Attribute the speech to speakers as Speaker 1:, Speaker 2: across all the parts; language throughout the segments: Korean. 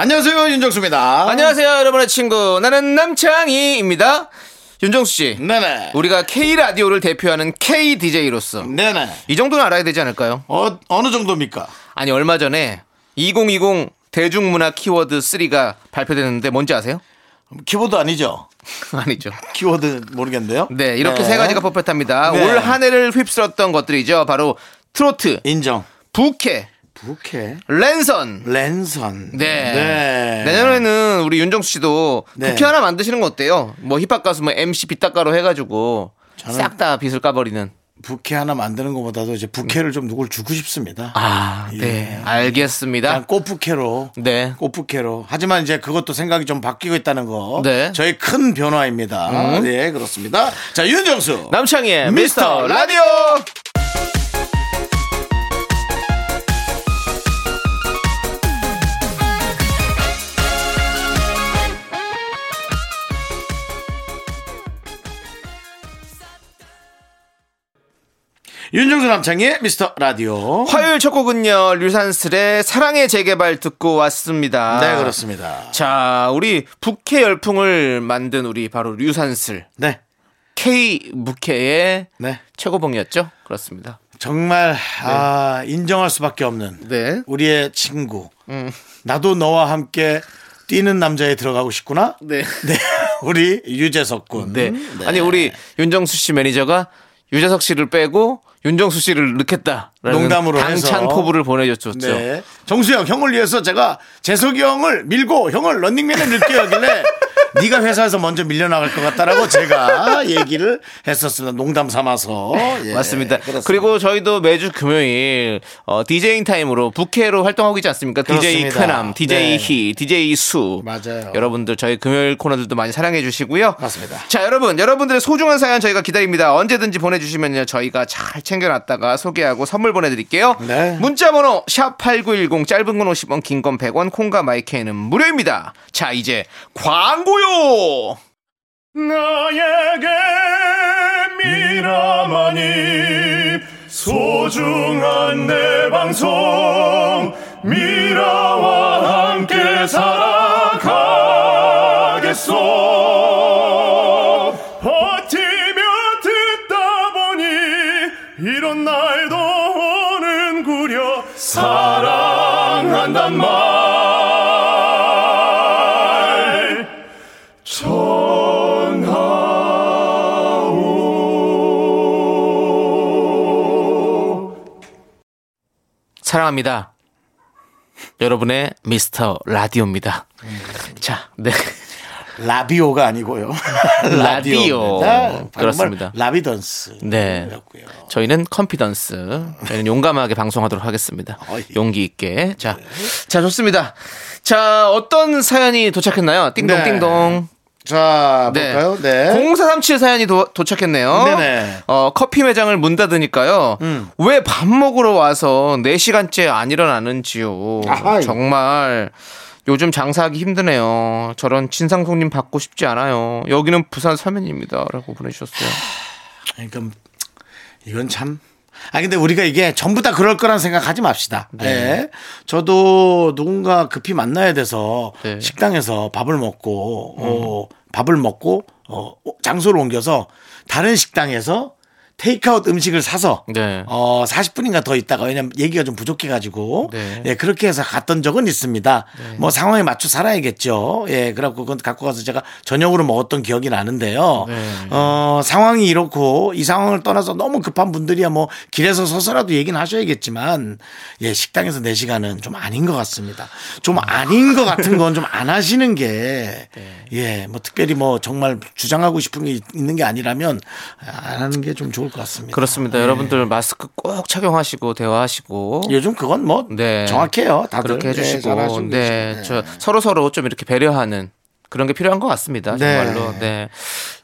Speaker 1: 안녕하세요 윤정수입니다.
Speaker 2: 어. 안녕하세요, 여러분의 친구. 나는 남창희입니다. 윤정수 씨.
Speaker 1: 네네.
Speaker 2: 우리가 K라디오를 대표하는 KDJ로서
Speaker 1: 네네.
Speaker 2: 이 정도는 알아야 되지 않을까요?
Speaker 1: 어 어느 정도입니까?
Speaker 2: 아니, 얼마 전에 2020 대중문화 키워드 3가 발표됐는데 뭔지 아세요?
Speaker 1: 키워드 아니죠?
Speaker 2: 아니죠.
Speaker 1: 키워드 모르겠는데요.
Speaker 2: 네, 이렇게 세 가지가 뽑혔답니다.
Speaker 1: 네.
Speaker 2: 올 한 해를 휩쓸었던 것들이죠. 바로 트로트,
Speaker 1: 인정.
Speaker 2: 부캐,
Speaker 1: 부캐.
Speaker 2: 랜선.
Speaker 1: 랜선.
Speaker 2: 네.
Speaker 1: 네.
Speaker 2: 내년에는 우리 윤정수 씨도
Speaker 1: 네.
Speaker 2: 부캐 하나 만드시는 거 어때요? 뭐 힙합 가수 뭐 MC 빗닦아로 해가지고
Speaker 1: 저는-
Speaker 2: 싹 다 빗을 까버리는.
Speaker 1: 부캐 하나 만드는 것보다도 이제 부캐를 좀 누굴 주고 싶습니다.
Speaker 2: 아,
Speaker 1: 예.
Speaker 2: 네. 알겠습니다.
Speaker 1: 그냥 꽃부캐로.
Speaker 2: 네.
Speaker 1: 꽃부캐로. 하지만 이제 그것도 생각이 좀 바뀌고 있다는 거.
Speaker 2: 네.
Speaker 1: 저희 큰 변화입니다. 네, 그렇습니다. 자, 윤정수.
Speaker 2: 남창희의
Speaker 1: 미스터
Speaker 2: 미스터 라디오!
Speaker 1: 윤정수 남창의 미스터 라디오.
Speaker 2: 화요일 첫 곡은요, 류산슬의 사랑의 재개발 듣고 왔습니다.
Speaker 1: 네, 그렇습니다.
Speaker 2: 자, 우리 부캐 열풍을 만든 우리 바로 류산슬.
Speaker 1: 네.
Speaker 2: K 부캐의
Speaker 1: 네.
Speaker 2: 최고봉이었죠? 그렇습니다.
Speaker 1: 정말 아, 인정할 수밖에 없는
Speaker 2: 네. 음.
Speaker 1: 우리의 친구. 나도 너와 함께 뛰는 남자에 들어가고 싶구나.
Speaker 2: 네.
Speaker 1: 네, 우리 유재석 군.
Speaker 2: 네. 아니 우리 윤정수 씨 매니저가 유재석 씨를 빼고 윤정수 씨를 넣겠다.
Speaker 1: 농담으로
Speaker 2: 당찬
Speaker 1: 해서.
Speaker 2: 포부를 보내줬었죠.
Speaker 1: 네. 정수 형, 형을 위해서 제가 재석이 형을 밀고 형을 런닝맨에 넣을게요 하길래 네가 회사에서 먼저 밀려나갈 것 같다라고 제가 얘기를 했었습니다. 농담 삼아서. 예,
Speaker 2: 네, 맞습니다.
Speaker 1: 그렇습니다.
Speaker 2: 그리고 저희도 매주 금요일 어, DJing 타임으로 부캐로 활동하고 있지 않습니까? DJ
Speaker 1: 그렇습니다.
Speaker 2: 크남,
Speaker 1: 네.
Speaker 2: DJ 희, DJ 수.
Speaker 1: 맞아요.
Speaker 2: 여러분들 저희 금요일 코너들도 많이 사랑해 주시고요.
Speaker 1: 맞습니다.
Speaker 2: 자, 여러분, 여러분들의 소중한 사연 저희가 기다립니다. 언제든지 보내 주시면요. 저희가 잘 챙겨 놨다가 소개하고 선물 보내 드릴게요.
Speaker 1: 네.
Speaker 2: 문자 번호 샵8910 짧은 건 50원, 긴 건 100원, 콩과 마이크는 무료입니다. 자, 이제 광고요.
Speaker 3: 나에게 미라만이 소중한 내 방송 미라와 함께 살아가겠소 버티며 듣다 보니 이런 날도 오는구려 사랑한단 말
Speaker 2: 사랑합니다. 여러분의 미스터 라디오입니다. 자, 네.
Speaker 1: 라비오가 아니고요.
Speaker 2: 라디오.
Speaker 1: 라디오입니다.
Speaker 2: 그렇습니다.
Speaker 1: 정말 라비던스.
Speaker 2: 네.
Speaker 1: 그렇고요.
Speaker 2: 저희는 컨피던스. 저희는 용감하게 방송하도록 하겠습니다.
Speaker 1: 어이. 네.
Speaker 2: 용기 있게. 자. 자, 좋습니다. 자, 어떤 사연이 도착했나요?
Speaker 1: 네.
Speaker 2: 띵동띵동.
Speaker 1: 자, 볼까요? 네.
Speaker 2: 0437 사연이 도, 착했네요
Speaker 1: 네네. 음.
Speaker 2: 어, 커피 매장을 문 닫으니까요. 왜 밥 먹으러 와서 4시간째 안 일어나는지요.
Speaker 1: 아하이.
Speaker 2: 정말 요즘 장사하기 힘드네요. 저런 진상 손님 받고 싶지 않아요. 여기는 부산 서면입니다. 라고 보내주셨어요.
Speaker 1: 그러니까 이건 참. 아 근데 우리가 이게 전부 다 그럴 거란 생각하지 맙시다.
Speaker 2: 네.
Speaker 1: 예. 저도 누군가 급히 만나야 돼서
Speaker 2: 네.
Speaker 1: 식당에서 밥을 먹고 어, 밥을 먹고 어, 장소를 옮겨서 다른 식당에서 테이크아웃 음식을 사서
Speaker 2: 네.
Speaker 1: 어 40분인가 더 있다가 왜냐면 얘기가 좀 부족해 가지고
Speaker 2: 네.
Speaker 1: 예 그렇게 해서 갔던 적은 있습니다. 뭐 상황에 맞춰 살아야겠죠. 예 그래갖고 그건 갖고 가서 제가 저녁으로 먹었던 기억이 나는데요.
Speaker 2: 네.
Speaker 1: 어, 상황이 이렇고 이 상황을 떠나서 너무 급한 분들이야 뭐 길에서 서서라도 얘기는 하셔야겠지만 예, 식당에서 4시간은 좀 아닌 것 같습니다.
Speaker 2: 음.
Speaker 1: 좀 아닌 것 같은 건 좀 안 하시는 게
Speaker 2: 네.
Speaker 1: 예, 뭐 특별히 뭐 정말 주장하고 싶은 게 있- 있는 게 아니라면 안 하는 게 좀 좋을 좋을 것 같습니다. 예.
Speaker 2: 그렇습니다. 여러분들 마스크 꼭 착용하시고 대화하시고
Speaker 1: 요즘 그건 뭐
Speaker 2: 네.
Speaker 1: 정확해요. 다들
Speaker 2: 그렇게
Speaker 1: 네,
Speaker 2: 해주시고
Speaker 1: 잘하시고 예.
Speaker 2: 네,
Speaker 1: 계시고.
Speaker 2: 저 서로 서로 좀 이렇게 배려하는 그런 게 필요한 것 같습니다.
Speaker 1: 네.
Speaker 2: 정말로 네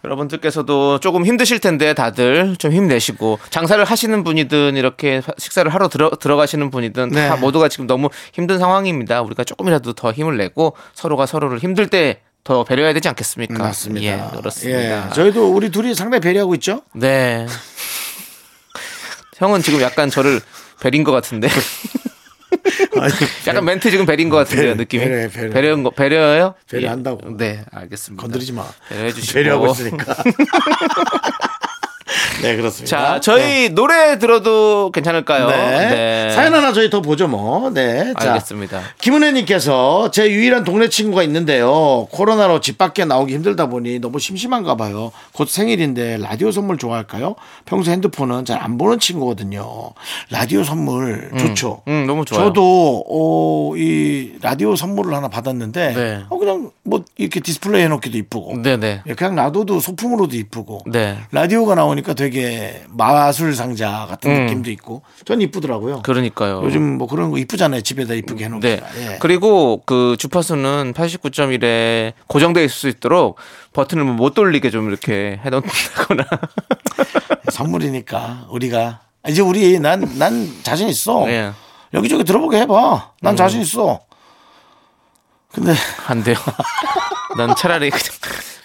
Speaker 2: 여러분들께서도 조금 힘드실 텐데 다들 좀 힘내시고 장사를 하시는 분이든 이렇게 식사를 하러 들어 들어가시는 분이든 다
Speaker 1: 네.
Speaker 2: 모두가 지금 너무 힘든 상황입니다. 우리가 조금이라도 더 힘을 내고 서로가 서로를 힘들 때 더 배려해야 되지 않겠습니까?
Speaker 1: 음, 맞습니다.
Speaker 2: 예, 그렇습니다.
Speaker 1: 예, 저희도 우리 둘이 상당히 배려하고 있죠.
Speaker 2: 네. 형은 지금 약간 저를 배린 것 같은데. 약간 멘트 지금 배린 것
Speaker 1: 배려,
Speaker 2: 같은데요 느낌이
Speaker 1: 배려요, 배려.
Speaker 2: 배려한 거 배려요
Speaker 1: 배려한다고.
Speaker 2: 네 알겠습니다
Speaker 1: 건드리지 마.
Speaker 2: 배려해 주시고
Speaker 1: 배려하고 있으니까. 네 그렇습니다.
Speaker 2: 자 저희 노래 들어도 괜찮을까요
Speaker 1: 네.
Speaker 2: 네.
Speaker 1: 사연 하나 저희 더 보죠 뭐. 네. 자.
Speaker 2: 알겠습니다
Speaker 1: 김은혜님께서 제 유일한 동네 친구가 있는데요. 코로나로 집 밖에 나오기 힘들다 보니 너무 심심한가 봐요. 곧 생일인데 라디오 선물 좋아할까요? 평소 핸드폰은 잘 안 보는 친구거든요. 라디오 선물 좋죠.
Speaker 2: 음, 너무 좋아요.
Speaker 1: 저도 어, 이 라디오 선물을 하나 받았는데
Speaker 2: 네.
Speaker 1: 어, 그냥 뭐 이렇게 디스플레이 해놓기도 이쁘고
Speaker 2: 네네
Speaker 1: 예, 그냥 놔둬도 소품으로도 이쁘고
Speaker 2: 네.
Speaker 1: 라디오가 나오니까 되게 마술 상자 같은 느낌도 있고 전 이쁘더라고요.
Speaker 2: 음. 그러니까요
Speaker 1: 요즘 뭐 그런 거 이쁘잖아요. 집에다 이쁘게 해놓고.
Speaker 2: 네.
Speaker 1: 예.
Speaker 2: 그리고 그 주파수는 89.1에 고정되어 있을 수 있도록 버튼을 못 돌리게 좀 이렇게 해놓는다거나.
Speaker 1: 선물이니까 우리가 아, 이제 우리 난 난 자신 있어.
Speaker 2: 예.
Speaker 1: 여기저기 들어보게 해봐.
Speaker 2: 음.
Speaker 1: 난 자신 있어. 근데
Speaker 2: 안 돼요. 난 차라리 그냥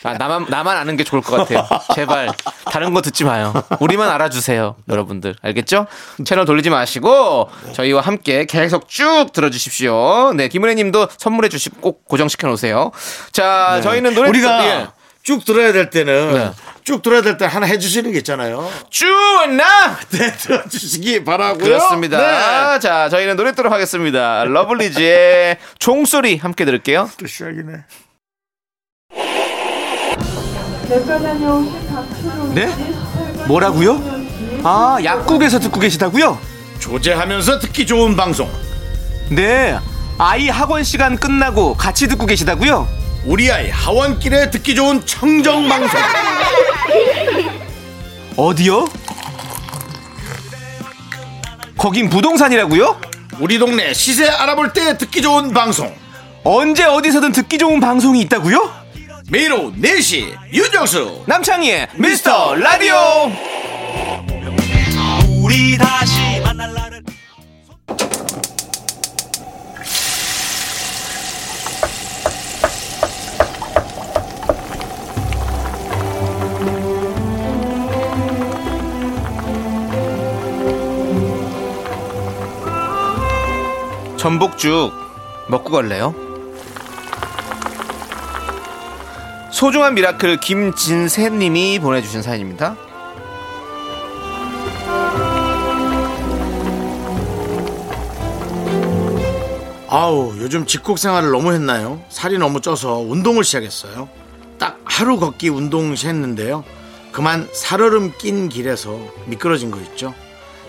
Speaker 2: 아, 나만 나만 아는 게 좋을 것 같아요. 제발 다른 거 듣지 마요. 우리만 알아주세요, 여러분들. 알겠죠? 채널 돌리지 마시고 저희와 함께 계속 쭉 들어주십시오. 네, 김은혜님도 선물해 주시고 꼭 고정시켜 놓으세요. 자,
Speaker 4: 네.
Speaker 2: 저희는 노래
Speaker 1: 우리가
Speaker 2: 예.
Speaker 1: 쭉 들어야 될 때는
Speaker 2: 네.
Speaker 1: 쭉 들어야 될 때 하나 해주시는 게 있잖아요.
Speaker 2: 쭈나
Speaker 1: 네, 들어주시기 바라고요.
Speaker 2: 그렇습니다.
Speaker 1: 네.
Speaker 2: 자, 저희는 노래 듣도록 하겠습니다. 러블리즈의 종소리 함께 들을게요.
Speaker 1: 또 시작이네.
Speaker 4: 네? 뭐라고요? 아, 약국에서 듣고 계시다고요?
Speaker 1: 조제하면서 듣기 좋은 방송
Speaker 4: 네. 아이 학원 시간 끝나고 같이 듣고 계시다고요?
Speaker 1: 우리 아이 하원길에 듣기 좋은 청정 방송
Speaker 4: 어디요? 거긴 부동산이라고요?
Speaker 1: 우리 동네 시세 알아볼 때 듣기 좋은 방송
Speaker 4: 언제 어디서든 듣기 좋은 방송이 있다고요?
Speaker 1: 매일 오후 4시 윤정수
Speaker 4: 남창희의 미스터 라디오.
Speaker 2: 전복죽 먹고 갈래요? 소중한 미라클 김진세님이 보내주신 사연입니다.
Speaker 1: 아우 요즘 집콕 생활을 너무 했나요? 살이 너무 쪄서 운동을 시작했어요 딱 하루 걷기 운동 했는데요 그만 살얼음 낀 길에서 미끄러진 거 있죠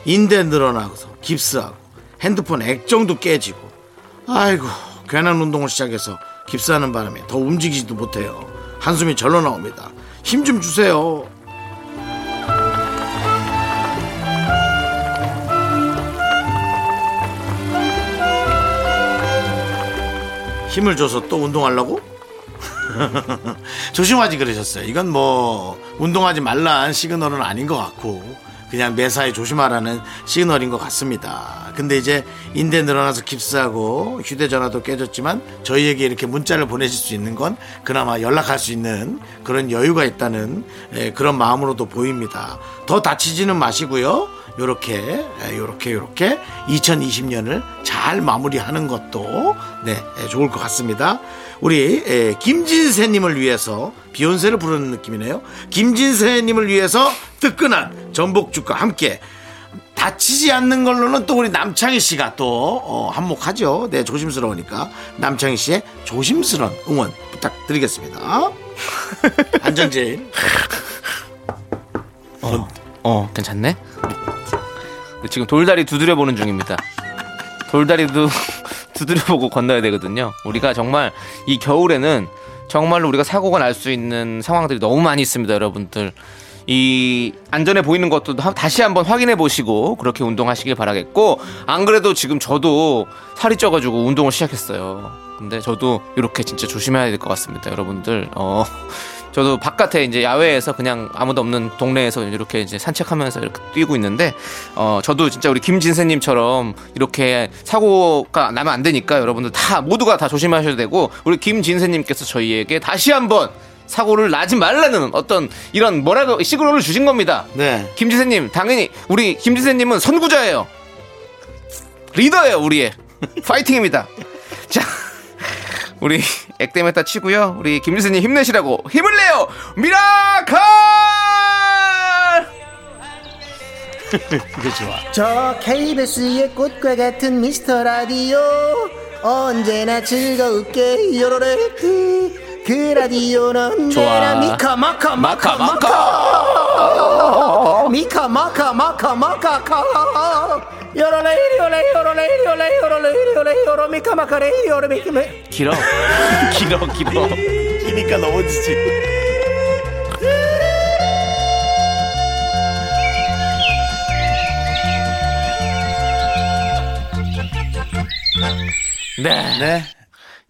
Speaker 1: 인대 늘어나서 깁스하고 핸드폰 액정도 깨지고 아이고 괜한 운동을 시작해서 깁스하는 바람에 더 움직이지도 못해요 한숨이 절로 나옵니다 힘 좀 주세요 힘을 줘서 또 운동하려고? 조심하지 그러셨어요. 이건 뭐 운동하지 말란 시그널은 아닌 것 같고 그냥 매사에 조심하라는 시그널인 것 같습니다. 근데 이제 인대 늘어나서 깁스하고 휴대전화도 깨졌지만 저희에게 이렇게 문자를 보내실 수 있는 건 그나마 연락할 수 있는 그런 여유가 있다는 예, 그런 마음으로도 보입니다. 더 다치지는 마시고요. 요렇게 예, 요렇게 요렇게 2020년을 잘 마무리하는 것도 네 예, 좋을 것 같습니다. 우리 예, 김진세님을 위해서 비욘세를 부르는 느낌이네요. 김진세님을 위해서 뜨끈한 전복죽과 함께 다치지 않는 걸로는 또 우리 남창희 씨가 또 어, 한몫하죠. 네 조심스러우니까 남창희 씨의 조심스러운 응원 부탁드리겠습니다. 안전제일. 어.
Speaker 2: 어, 괜찮네? 지금 돌다리 두드려 보는 중입니다. 돌다리도 두드려 보고 건너야 되거든요. 우리가 정말 이 겨울에는 정말로 우리가 사고가 날 수 있는 상황들이 너무 많이 있습니다, 여러분들. 이 안전해 보이는 것도 한- 다시 한번 확인해 보시고 그렇게 운동하시길 바라겠고 안 그래도 지금 저도 살이 쪄가지고 운동을 시작했어요. 근데 저도 이렇게 진짜 조심해야 될 것 같습니다, 여러분들. 어, 저도 바깥에 이제 야외에서 그냥 아무도 없는 동네에서 이렇게 이제 산책하면서 이렇게 뛰고 있는데 어, 저도 진짜 우리 김진세님처럼 이렇게 사고가 나면 안 되니까 여러분들 다 모두가 다 조심하셔야 되고 우리 김진세님께서 저희에게 다시 한번 사고를 나지 말라는 어떤 이런 뭐라고 시그널을 주신 겁니다.
Speaker 1: 네.
Speaker 2: 김지세님 당연히 우리 김지세님은 선구자예요. 리더예요 우리의 파이팅입니다. 자 우리 액땜에다 치고요. 우리 김지세님 힘내시라고 힘을 내요. 미라클!
Speaker 5: 저 KBS의 꽃과 같은 미스터 라디오 언제나 즐거울게 요로레트 그 라디오는 언제나
Speaker 2: 좋아.
Speaker 5: 미카 마카 마카 마카 미카 마카 마카 마카 카 요로레 요로레 요로레 요로레 요로레 요로레 요로 미카 마카레 요로 미카 마
Speaker 2: 길어 길어 길어.
Speaker 1: 이니까 넘어지지.
Speaker 2: 네.
Speaker 1: 네.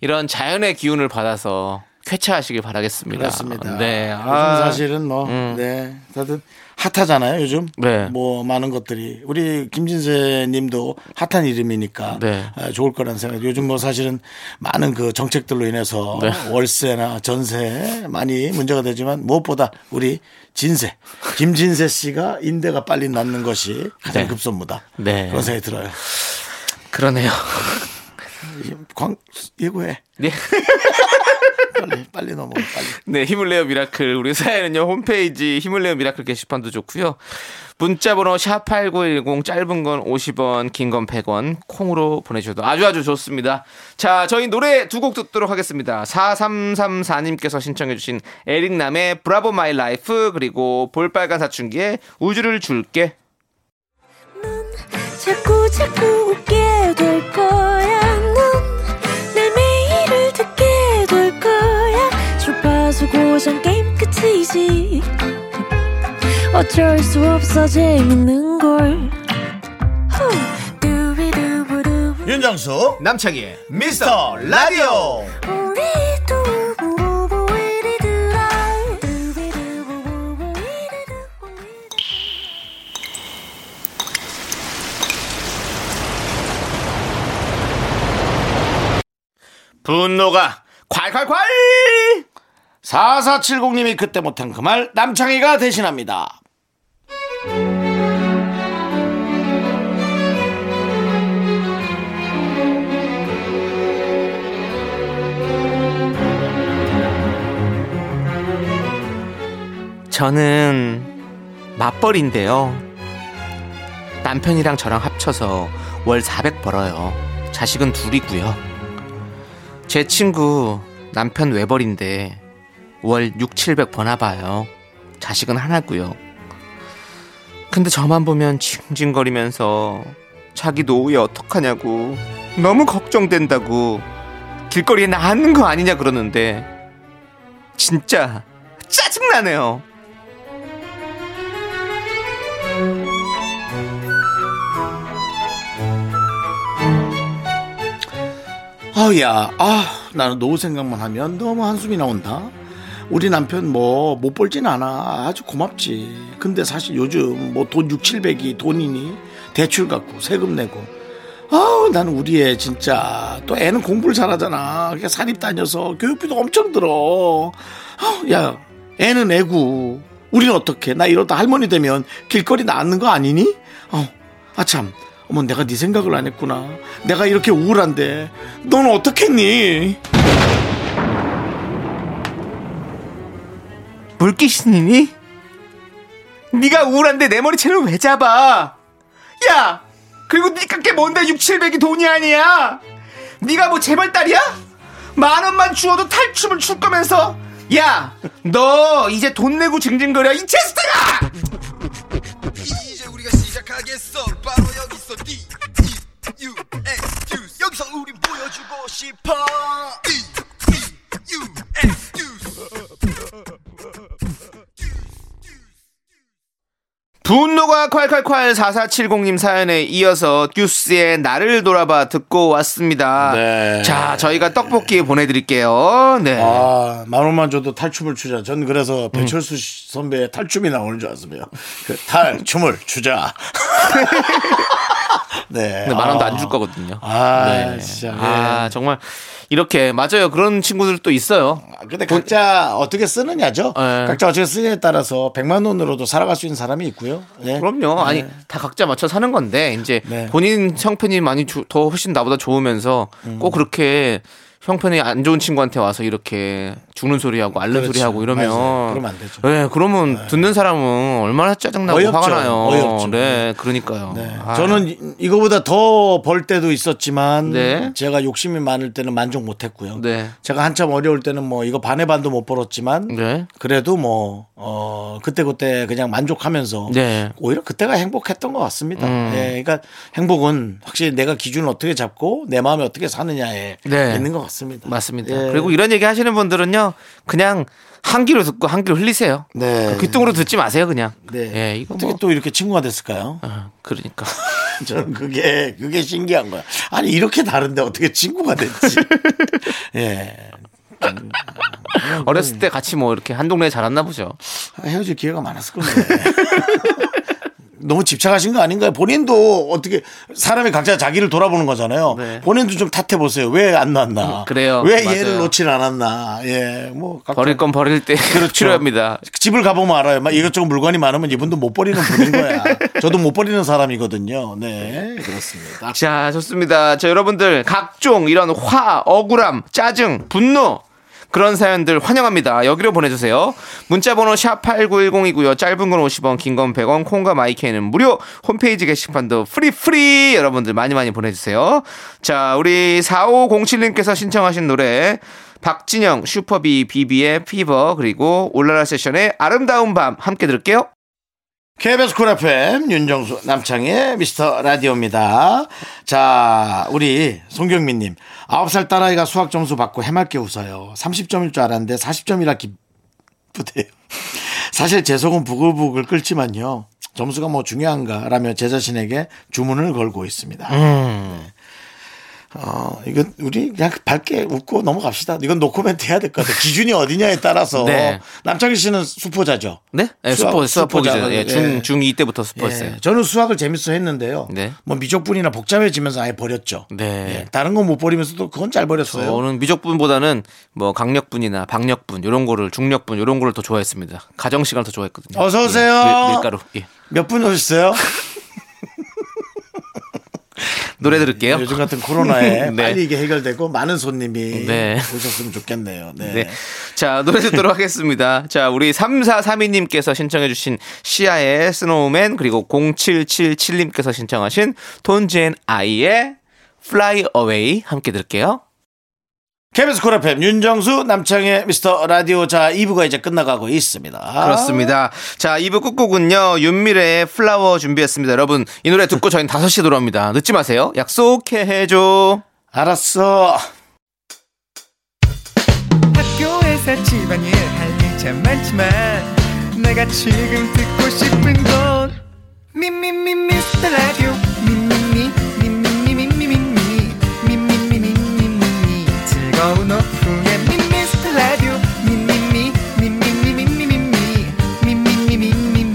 Speaker 2: 이런 자연의 기운을 받아서 쾌차하시길 바라겠습니다.
Speaker 1: 그렇습니다.
Speaker 2: 네.
Speaker 1: 요즘
Speaker 2: 아,
Speaker 1: 사실은 뭐, 네. 다들 핫하잖아요, 요즘.
Speaker 2: 네.
Speaker 1: 뭐, 많은 것들이. 우리 김진세 님도 핫한 이름이니까.
Speaker 2: 네.
Speaker 1: 아, 좋을 거란 생각. 요즘 뭐 사실은 많은 그 정책들로 인해서
Speaker 2: 네.
Speaker 1: 월세나 전세 많이 문제가 되지만 무엇보다 우리 진세. 김진세 씨가 인대가 빨리 낫는 것이 가장
Speaker 2: 네.
Speaker 1: 급선무다.
Speaker 2: 네.
Speaker 1: 그런 생각이 들어요.
Speaker 2: 그러네요.
Speaker 1: 광, 예고해.
Speaker 2: 네.
Speaker 1: 빨리, 빨리 넘어, 빨리.
Speaker 2: 네, 힘을 내요 미라클. 우리 사연은요, 홈페이지 힘을 내요 미라클 게시판도 좋고요 문자번호 샵8910, 짧은 건 50원, 긴 건 100원, 콩으로 보내주셔도 아주 아주 좋습니다. 자, 저희 노래 두 곡 듣도록 하겠습니다. 4334님께서 신청해주신 에릭남의 브라보 마이 라이프, 그리고 볼빨간 사춘기의 우주를 줄게.
Speaker 6: 자꾸 자꾸 웃게 될 거야. 넌내 매일을 듣게 될 거야. 주파수 고정 게임 끝이지. 어쩔 수 없어 재밌는 걸. 후. 두비두부두.
Speaker 1: 윤정수,
Speaker 2: 남창희의
Speaker 1: 미스터 라디오.
Speaker 6: 우리 두부부부 우리 두라. 두비두부부부 우리 두부부.
Speaker 2: 분노가 콸콸콸!
Speaker 1: 4470님이 그때 못한 그 말 남창희가 대신합니다.
Speaker 2: 저는 맞벌인데요. 남편이랑 저랑 합쳐서 월 400 벌어요. 자식은 둘이고요. 제 친구 남편 외벌인데 월 6, 700 버나 봐요. 자식은 하나고요. 근데 저만 보면 징징거리면서 자기 노후에 어떡하냐고 너무 걱정된다고 길거리에 나앉는 거 아니냐 그러는데 진짜 짜증나네요.
Speaker 1: 아우야, 아, 나는 노후 생각만 하면 너무 한숨이 나온다. 우리 남편 뭐 못 벌진 않아. 아주 고맙지. 근데 사실 요즘 뭐 돈 6, 700이 돈이니 대출 갖고 세금 내고. 아우, 나는 우리 애 진짜 또 애는 공부를 잘하잖아. 그러니까 사립 다녀서 교육비도 엄청 들어. 아우, 야, 애는 애고. 우린 어떻게? 나 이러다 할머니 되면 길거리 나앉는 거 아니니? 어, 아참 어머 내가 네 생각을 안 했구나 내가 이렇게 우울한데 넌 어떻겠니
Speaker 2: 물귀신이니? 네가 우울한데 내 머리채를 왜 잡아? 야! 그리고 네 깎게 뭔데 6, 700이 돈이 아니야? 네가 뭐 재벌딸이야? 만 원만 주어도 탈춤을 출 거면서 야! 너 이제 돈 내고 징징거려 이 체스터가!
Speaker 7: 이제 우리가 시작하겠어 바로 여기서 D E U S Qs 여기서 우린 보여주고 싶어 E, D E U S Qs
Speaker 2: 분노가 콸콸콸 4470님 사연에 이어서 뉴스의 나를 돌아봐 듣고 왔습니다.
Speaker 1: 네.
Speaker 2: 자, 저희가 떡볶이 보내드릴게요. 네.
Speaker 1: 아, 만 원만 줘도 탈춤을 추자. 전 그래서 배철수 씨 선배의 탈춤이 나오는 줄 알았으면 그 탈춤을 추자. 네.
Speaker 2: 근데 만 원도
Speaker 1: 아.
Speaker 2: 안 줄 거거든요.
Speaker 1: 아, 진짜.
Speaker 2: 아, 정말 이렇게 맞아요. 그런 친구들 또 있어요.
Speaker 1: 아, 근데 각자 어떻게 쓰느냐죠.
Speaker 2: 네.
Speaker 1: 각자 어떻게 쓰느냐에 따라서 100만 원으로도 살아갈 수 있는 사람이 있고요. 네.
Speaker 2: 그럼요. 아니 다 각자 맞춰 사는 건데 이제
Speaker 1: 네.
Speaker 2: 본인 형편이 많이 주- 더 훨씬 나보다 좋으면서
Speaker 1: 음.
Speaker 2: 꼭 그렇게 형편이 안 좋은 친구한테 와서 이렇게 죽는 소리하고 앓는
Speaker 1: 그렇죠.
Speaker 2: 소리하고 이러면
Speaker 1: 맞아요. 그러면 안 되죠.
Speaker 2: 네, 그러면 듣는 사람은 얼마나 짜증나고
Speaker 1: 어이없죠.
Speaker 2: 화가 나요.
Speaker 1: 어이없죠.
Speaker 2: 네, 그러니까요.
Speaker 1: 네.
Speaker 2: 아,
Speaker 1: 저는 이- 이거보다 더 벌 때도 있었지만
Speaker 2: 네.
Speaker 1: 제가 욕심이 많을 때는 만족 못 했고요.
Speaker 2: 네.
Speaker 1: 제가 한참 어려울 때는 뭐 이거 반의 반도 못 벌었지만
Speaker 2: 네.
Speaker 1: 그래도 뭐 어, 그때그때 그냥 만족하면서
Speaker 2: 네. 음.
Speaker 1: 오히려 그때가 행복했던 것 같습니다. 예, 그러니까 행복은 확실히 내가 기준을 어떻게 잡고 내 마음이 어떻게 사느냐에
Speaker 2: 네.
Speaker 1: 있는 것 같습니다.
Speaker 2: 맞습니다.
Speaker 1: 예.
Speaker 2: 그리고 이런 얘기 하시는 분들은요, 그냥 한 귀로 듣고 한 귀로 흘리세요.
Speaker 1: 네.
Speaker 2: 귀뚱으로 듣지 마세요, 그냥.
Speaker 1: 네.
Speaker 2: 예, 이거
Speaker 1: 어떻게
Speaker 2: 뭐.
Speaker 1: 또 이렇게 친구가 됐을까요?
Speaker 2: 아, 그러니까.
Speaker 1: 저는 그게 그게 신기한 거야. 아니 이렇게 다른데 어떻게 친구가 됐지? 예.
Speaker 2: 어렸을 때 같이 뭐 이렇게 한 동네에 자랐나 보죠.
Speaker 1: 헤어질 기회가 많았을 건데. 너무 집착하신 거 아닌가요? 본인도 어떻게 사람이 각자 자기를 돌아보는 거잖아요.
Speaker 2: 네.
Speaker 1: 본인도 좀 탓해 보세요. 왜 안 났나?
Speaker 2: 음, 그래요.
Speaker 1: 왜
Speaker 2: 맞아요.
Speaker 1: 얘를 놓질 않았나? 예, 뭐 각자
Speaker 2: 버릴 건 버릴 때
Speaker 1: 그렇죠.
Speaker 2: 필요합니다.
Speaker 1: 집을 가보면 알아요. 막 이것저것 물건이 많으면 이분도 못 버리는 분인 거야. 저도 못 버리는 사람이거든요. 네, 그렇습니다.
Speaker 2: 자, 좋습니다. 자, 여러분들 각종 이런 화, 억울함, 짜증, 분노 그런 사연들 환영합니다. 여기로 보내주세요. 문자번호 샵 8910이고요. 짧은 건 50원, 긴 건 100원, 콩과 마이케이는 무료. 홈페이지 게시판도 프리프리 여러분들 많이 많이 보내주세요. 자, 우리 4507님께서 신청하신 노래 박진영, 슈퍼비, 비비의 피버 그리고 올라라 세션의 아름다운 밤 함께 들을게요.
Speaker 1: KBS 쿨 FM 윤정수 남창의 미스터 라디오입니다. 자, 우리 송경민님. 9살 딸아이가 수학 점수 받고 해맑게 웃어요. 30점일 줄 알았는데 40점이라 기쁘대요. 사실 제 속은 부글부글 끓지만요. 점수가 뭐 중요한가라며 제 자신에게 주문을 걸고 있습니다.
Speaker 2: 음.
Speaker 1: 네. 어, 이건 우리 그냥 밝게 웃고 넘어갑시다. 이건 노코멘트 해야 될 것 같아요. 기준이 어디냐에 따라서
Speaker 2: 네.
Speaker 1: 남창희 씨는 수포자죠.
Speaker 2: 네? 네 스포, 스포죠.
Speaker 1: 수포자는,
Speaker 2: 예,
Speaker 1: 예.
Speaker 2: 중, 중2 때부터 스포였어요.
Speaker 1: 예, 저는 수학을 재밌어 했는데요.
Speaker 2: 네.
Speaker 1: 뭐 미적분이나 복잡해지면서 아예 버렸죠.
Speaker 2: 네.
Speaker 1: 예, 다른 건 못 버리면서도 그건 잘 버렸어요.
Speaker 2: 저는 미적분보다는 뭐 강력분이나 박력분 이런 거를 중력분 이런 거를 더 좋아했습니다. 가정 시간을 더 좋아했거든요.
Speaker 1: 어서 오세요.
Speaker 2: 예, 밀, 밀가루. 예.
Speaker 1: 몇 분 오셨어요?
Speaker 2: 노래 들을게요.
Speaker 1: 음, 요즘 같은 코로나에
Speaker 2: 네.
Speaker 1: 빨리 이게 해결되고 많은 손님이
Speaker 2: 네.
Speaker 1: 오셨으면 좋겠네요. 네.
Speaker 2: 네. 자, 노래 듣도록 하겠습니다. 자, 우리 3432님께서 신청해주신 시아의 스노우맨, 그리고 0777님께서 신청하신 톤젠 아이의 Fly Away 함께 들을게요.
Speaker 1: KBS 콜 FM 윤정수 남창의 미스터 라디오 자 2부가 이제 끝나가고 있습니다.
Speaker 2: 그렇습니다. 자, 2부 끝곡은요, 윤미래의 플라워 준비했습니다. 여러분, 이 노래 듣고 저희는 5시에 돌아옵니다. 늦지 마세요. 약속해 해줘.
Speaker 1: 알았어.
Speaker 8: 학교에서 집안일 할 일 참 많지만 내가 지금 듣고 싶은 건 미미미 미스터 라디오 미미미 미미미미미미 미미미미미미 즐거운 오후에 미스터 라디오 미미미 미미미미미미 미미미미미미미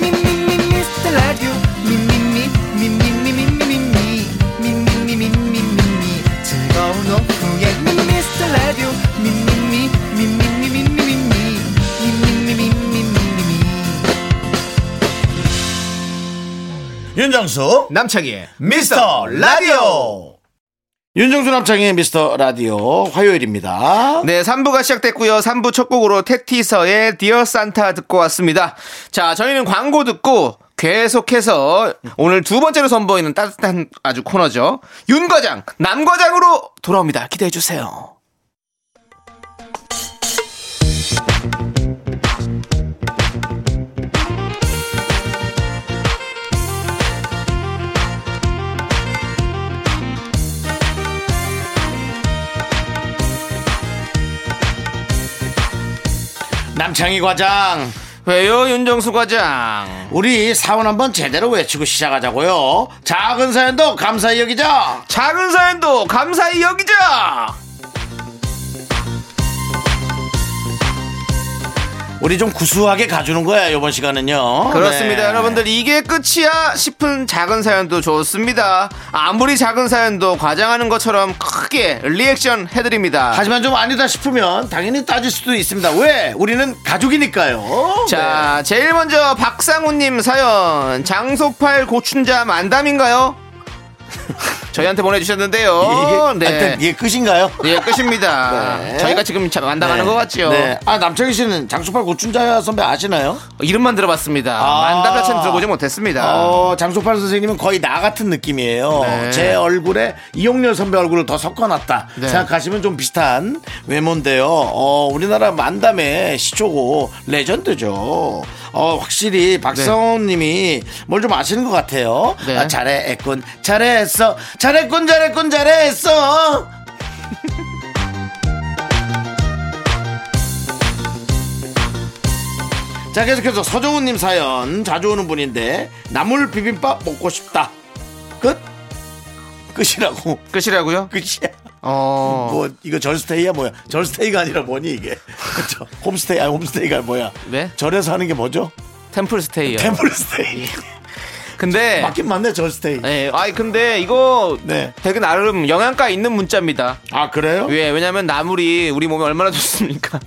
Speaker 8: 미미미 미스터 라디오 미미미 미미미미미미 미미미미미미 즐거운 오후에 미스터 라디오 미미미 미미미미미미 미미미미미미미
Speaker 1: 윤정수
Speaker 2: 남창희의
Speaker 1: 미스터 라디오. 윤정수 남창의 미스터 라디오 화요일입니다.
Speaker 2: 네, 3부가 시작됐고요. 3부 첫 곡으로 테티서의 디어 산타 듣고 왔습니다. 자, 저희는 광고 듣고 계속해서 오늘 두 번째로 선보이는 따뜻한 아주 코너죠. 윤과장, 남과장으로 돌아옵니다. 기대해 주세요. 네.
Speaker 1: 남창희 과장
Speaker 2: 왜요, 윤정수 과장?
Speaker 1: 우리 사원 한번 제대로 외치고 시작하자고요. 작은 사연도 감사히 여기자.
Speaker 2: 작은 사연도 감사히 여기자!
Speaker 1: 우리 좀 구수하게 가주는 거야 이번 시간은요.
Speaker 2: 어, 그렇습니다,
Speaker 1: 네.
Speaker 2: 여러분들. 이게 끝이야 싶은 작은 사연도 좋습니다. 아무리 작은 사연도 과장하는 것처럼 크게 리액션 해드립니다.
Speaker 1: 하지만 좀 아니다 싶으면 당연히 따질 수도 있습니다. 왜? 우리는 가족이니까요.
Speaker 2: 자,
Speaker 1: 네.
Speaker 2: 제일 먼저 박상우님 사연. 장소팔 고춘자 만담인가요? 저희한테
Speaker 1: 예,
Speaker 2: 보내주셨는데요.
Speaker 1: 네. 이게
Speaker 2: 네.
Speaker 1: 하여튼 이게 끝인가요?
Speaker 2: 예, 끝입니다.
Speaker 1: 아, 네.
Speaker 2: 저희가 지금 자- 만담하는
Speaker 1: 네.
Speaker 2: 것 같죠?
Speaker 1: 네. 아 남창희 씨는 장소팔 고춘자 선배 아시나요?
Speaker 2: 이름만 들어봤습니다.
Speaker 1: 아.
Speaker 2: 만담 자체는 들어보지 못했습니다.
Speaker 1: 어, 장소팔 선생님은 거의 나 같은 느낌이에요.
Speaker 2: 네.
Speaker 1: 제 얼굴에 이용렬 선배 얼굴을 더 섞어놨다
Speaker 2: 네.
Speaker 1: 생각하시면 좀 비슷한 외모인데요. 어, 우리나라 만담의 시초고 레전드죠. 어, 확실히 박성호님이 뭘 좀 아시는 것 같아요.
Speaker 2: 네.
Speaker 1: 아, 잘했군, 잘했어, 잘했군, 잘했군, 잘했어. 자 계속해서 서정훈님 사연 자주 오는 분인데 나물 비빔밥 먹고 싶다 끝 끝이라고
Speaker 2: 끝이라고요?
Speaker 1: 끝이야
Speaker 2: 어.
Speaker 1: 뭐 이거 절스테이야 뭐야 절스테이가 아니라 뭐니 이게 저, 홈스테이 아니 홈스테이가 뭐야
Speaker 2: 네?
Speaker 1: 절에서 하는 게 뭐죠
Speaker 2: 템플 스테이요.
Speaker 1: 템플스테이
Speaker 2: 근데
Speaker 1: 맞긴 맞네 절스테이
Speaker 2: 예, 아이 근데 이거
Speaker 1: 네.
Speaker 2: 되게 나름 영양가 있는 문자입니다. 예,
Speaker 1: 아 그래요
Speaker 2: 왜? 왜냐면 나물이 우리 몸에 얼마나 좋습니까?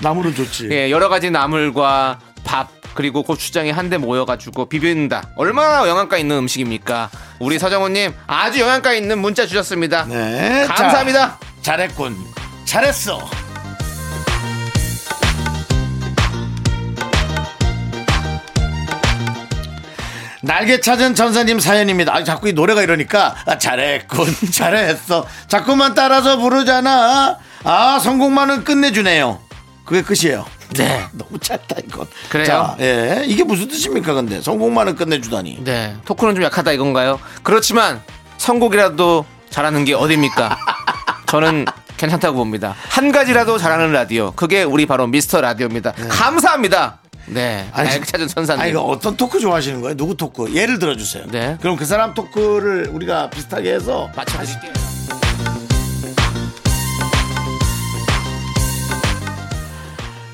Speaker 1: 나물은 좋지
Speaker 2: 예, 여러 가지 나물과 밥 그리고 고추장이 한데 모여가지고 비빈다. 얼마나 영양가 있는 음식입니까? 우리 서정호님 아주 영양가 있는 문자 주셨습니다.
Speaker 1: 네 자,
Speaker 2: 감사합니다.
Speaker 1: 잘했군 잘했어 날개 찾은 천사님 사연입니다. 아, 자꾸 이 노래가 이러니까 아, 잘했군, 잘했어. 자꾸만 따라서 부르잖아. 아, 성공만은 끝내주네요. 그게 끝이에요. 네. 너무 짧다 이건.
Speaker 2: 그래요?
Speaker 1: 자, 예, 이게 무슨 뜻입니까? 근데 성공만은 끝내주다니.
Speaker 2: 네, 토크는 좀 약하다 이건가요? 그렇지만 선곡이라도 잘하는 게 어딥니까? 저는 괜찮다고 봅니다. 한 가지라도 잘하는 라디오. 그게 우리 바로 미스터 라디오입니다. 감사합니다. 네.
Speaker 1: 네. 아니,
Speaker 2: 알 찾은 천사님.
Speaker 1: 아 이거 어떤 토크 좋아하시는 거예요? 누구 토크? 예를 들어주세요.
Speaker 2: 네.
Speaker 1: 그럼 그 사람 토크를 우리가 비슷하게 해서
Speaker 2: 맞춰주실게요.